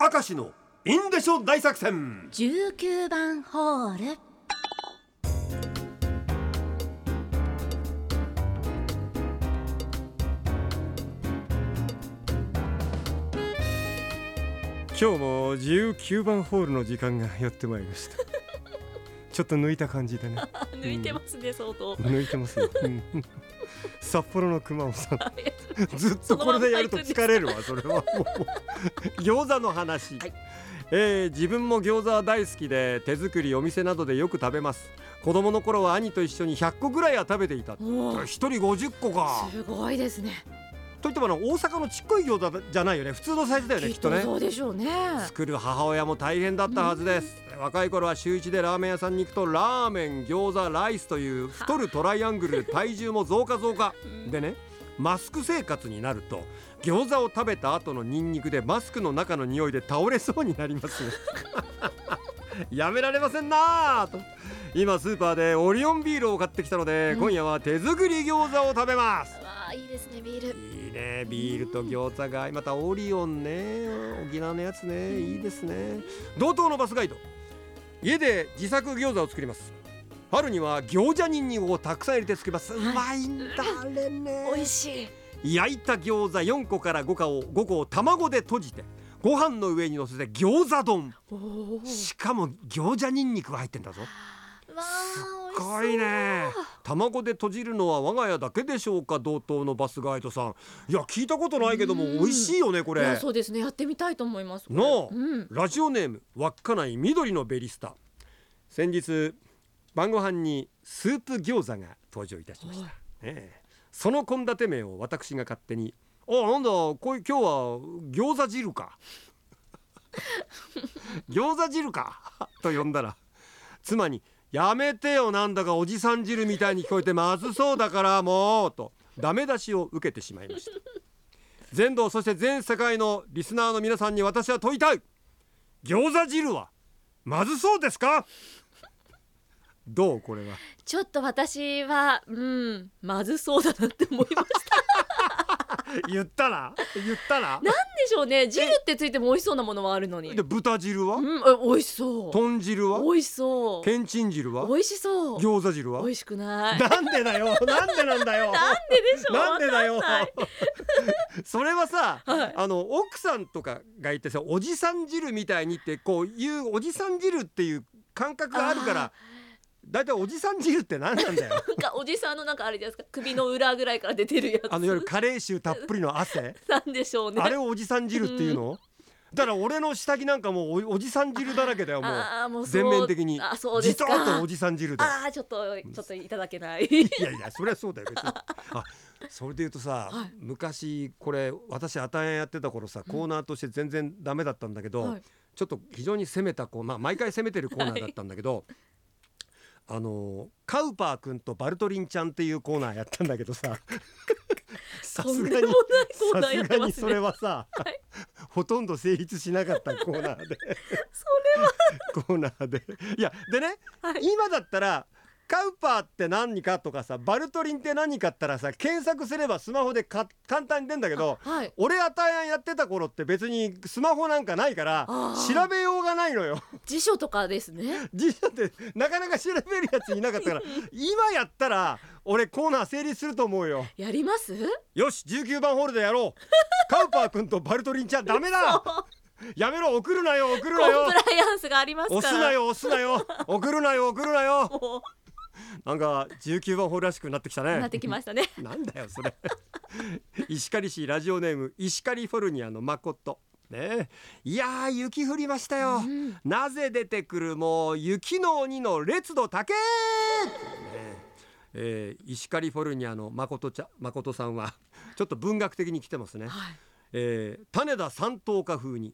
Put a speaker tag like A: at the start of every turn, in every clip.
A: 明石のインデショ大作戦
B: 19番ホール
C: 今日も19番ホールの時間がやってまいり ましたちょっと抜いた感じでね
B: 抜いてますね、相当
C: 抜いてますよ、うんうん札幌の熊尾さんずっとこれでやると疲れるわそれはもう餃子の話、
B: はい
C: えー自分も餃子は大好きで手作りお店などでよく食べます子供の頃は兄と一緒に100個ぐらいは食べていた
B: お
C: 1
B: ー
C: 人50個か
B: すごいですね
C: といってもあの大阪のちっこい餃子じゃないよね普通のサイズだよねきっとね
B: そうでしょうね
C: 作る母親も大変だったはずです若い頃は週一でラーメン屋さんに行くとラーメン餃子ライスという太るトライアングルで体重も増加増加でねマスク生活になると餃子を食べた後のニンニクでマスクの中の匂いで倒れそうになりますねやめられませんなあと今スーパーでオリオンビールを買ってきたので、今夜は手作り餃子を食べます
B: わあいいですねビール
C: いいねビールと餃子がまたオリオンね沖縄のやつねいいですね同等のバスガイド家で自作餃子を作ります春には餃子ニンニクをたくさん入れて作ります、うまいんだあれね
B: 美味しい
C: 焼いた餃子4個から5個を5個を卵で閉じてご飯の上に乗せて餃子丼
B: おお
C: しかも餃子ニンニクが入ってんだぞ
B: わあ
C: すごいね卵で閉じるのは我が家だけでしょうか同等のバスガイドさんいや聞いたことないけども
B: うん
C: 美味しいよねこ
B: いや
C: れ
B: そうですねやってみたいと思いますこれ
C: の
B: うん
C: ラジオネーム稚内緑のベリスタ先日晩ご飯にスープ餃子が登場いたしました、
B: は
C: ねえその献立名を私が勝手に「あなんだこい今日は餃子汁か 餃子汁か」 と呼んだら妻に「やめてよなんだかおじさん汁みたいに聞こえてまずそうだからもう」とダメ出しを受けてしまいました全道そして全世界のリスナーの皆さんに私は問いたい餃子汁はまずそうですかどうこれは
B: ちょっと私はうんまずそうだなって思いました
C: 言ったら言ったら
B: なんでしょうね汁ってついても美味しそうなものはあるのに
C: で豚汁は
B: うんあ美味しそう
C: 豚汁は
B: 美味しそう
C: けんちん汁は
B: 美味しそう
C: 餃子汁は
B: 美味しくない
C: なんでだよなんでなんだよ
B: なんででしょう
C: なんでだよ
B: わかんない
C: それはさ、
B: はい
C: あの奥さんとかがいてさおじさん汁みたいにってこういうおじさん汁っていう感覚があるからだいたいおじさん汁って何なんだよ
B: なんかおじさんのなんかあれですか首の裏ぐらいから出てるやつ
C: あの夜カレー臭たっぷりの汗
B: なんでしょうね
C: あれをおじさん汁っていうの、だから俺の下着なんかもうおおじさん汁だらけだよもう
B: あーもうそう
C: 全面的に
B: あそうで
C: じ
B: す
C: と
B: か
C: っとおじさん汁だよ
B: ああちょっとちょっといただけない
C: いやいやそりゃそうだよ別 にあそれで言うとさ、
B: はい
C: 昔これ私アタヤやってた頃さコーナーとして全然ダメだったんだけど、
B: はい
C: ちょっと非常に攻めたコーナー毎回攻めてるコーナーだったんだけど、あのカウパーくんとバルトリンちゃんっていうコーナーやったんだけどささ
B: とん
C: す
B: でも
C: が
B: ない
C: に
B: コ
C: さす
B: ーナーやって
C: が
B: ま
C: に
B: す
C: そ
B: ね
C: れはさ、ほとんど成立しなかったコーナー でそれはコーナーでいやでね、
B: はい
C: 今だったらカウパーって何かとかさバルトリンって何かったらさ検索すればスマホでか簡単に出んだけど
B: はい
C: 俺あたややってた頃って別にスマホなんかないから
B: あー
C: 調べようがないのよ
B: 辞書とかですね
C: 辞書ってなかなか調べるやついなか ったから今やったら俺コーナー成立すると思うよ
B: やります
C: よし19番ホールでやろう カウパーくんとバルトリンちゃんダメだやめろ送るなよ送る
B: コ
C: なよ
B: ンプライアンスがありますから
C: 押すなよ押すなよ送るなよ送るなよ
B: も
C: なんか19番ホールらしくなってきたね
B: うなってきましたね
C: なんだよそれ石狩市ラジオネーム石狩フォルニアのまことねえいやー雪降りましたよ、なぜ出てくるもう雪の鬼の列度高えねええー石狩フォルニアのまことちゃまことさんはちょっと文学的に来てますね、
B: はい
C: えー種田三等家風に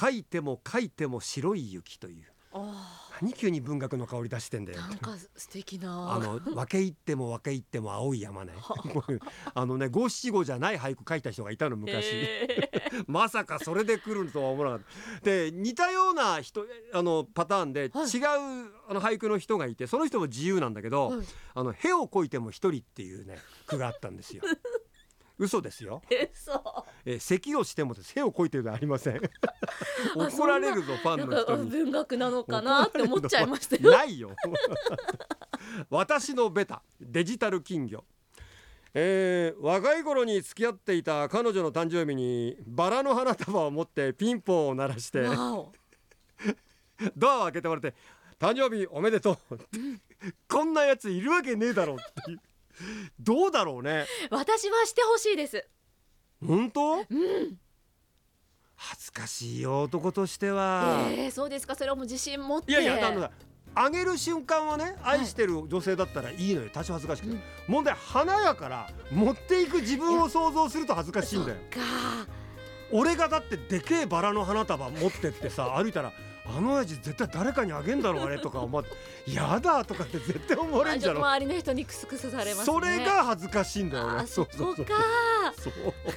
C: 書いても書いても白い雪という
B: あ
C: 何急に文学の香り出してんだ
B: ー
C: よ
B: なんか素敵
C: あ
B: な
C: の分け入っても分け入っても青い山ねこういう あのね五七五じゃない俳句書いた人がいたの昔、
B: えー
C: まさかそれで来るとは思わなかったで似たような人あのパターンで違う、
B: はい
C: あの俳句の人がいてその人も自由なんだけど「
B: はい
C: あのへをこいても一人」っていうね句があったんですよ。嘘ですよ、
B: 嘘
C: えー、咳をしてもです背をこいてるではありません
B: んな
C: 怒られるぞファ
B: な
C: ン
B: ん
C: の
B: か
C: 人に
B: 文学なのかなって思っちゃいましたよ
C: ないよ 私のベタデジタル金魚えー若い頃に付き合っていた彼女の誕生日にバラの花束を持ってピンポンを鳴らして
B: わお
C: ドアを開けてもらって「誕生日おめでとう」ってこんなやついるわけねえだろうっていうどうだろうね
B: 私はしてほしいです
C: 本当、恥ずかしいよ男としては、
B: えー、そうですかそれはもう自信持って
C: いやいやあのさあげる瞬間はね愛してる女性だったらいいのよ多少恥ずかしくて、
B: うん
C: 問題花やから持っていく自分を想像すると恥ずかしいんだよ
B: か
C: 俺がだってでけえバラの花束持ってってさ歩いたらあの親父絶対誰かにあげんだろうあれとか思ってやだとかって絶対思われ
B: あ
C: ん
B: ち
C: じ
B: ょ
C: ゃ
B: っと
C: ろ
B: 周りの人にクスクスされますね
C: それが恥ずかしいんだよ
B: あ
C: ね
B: そこか
C: そう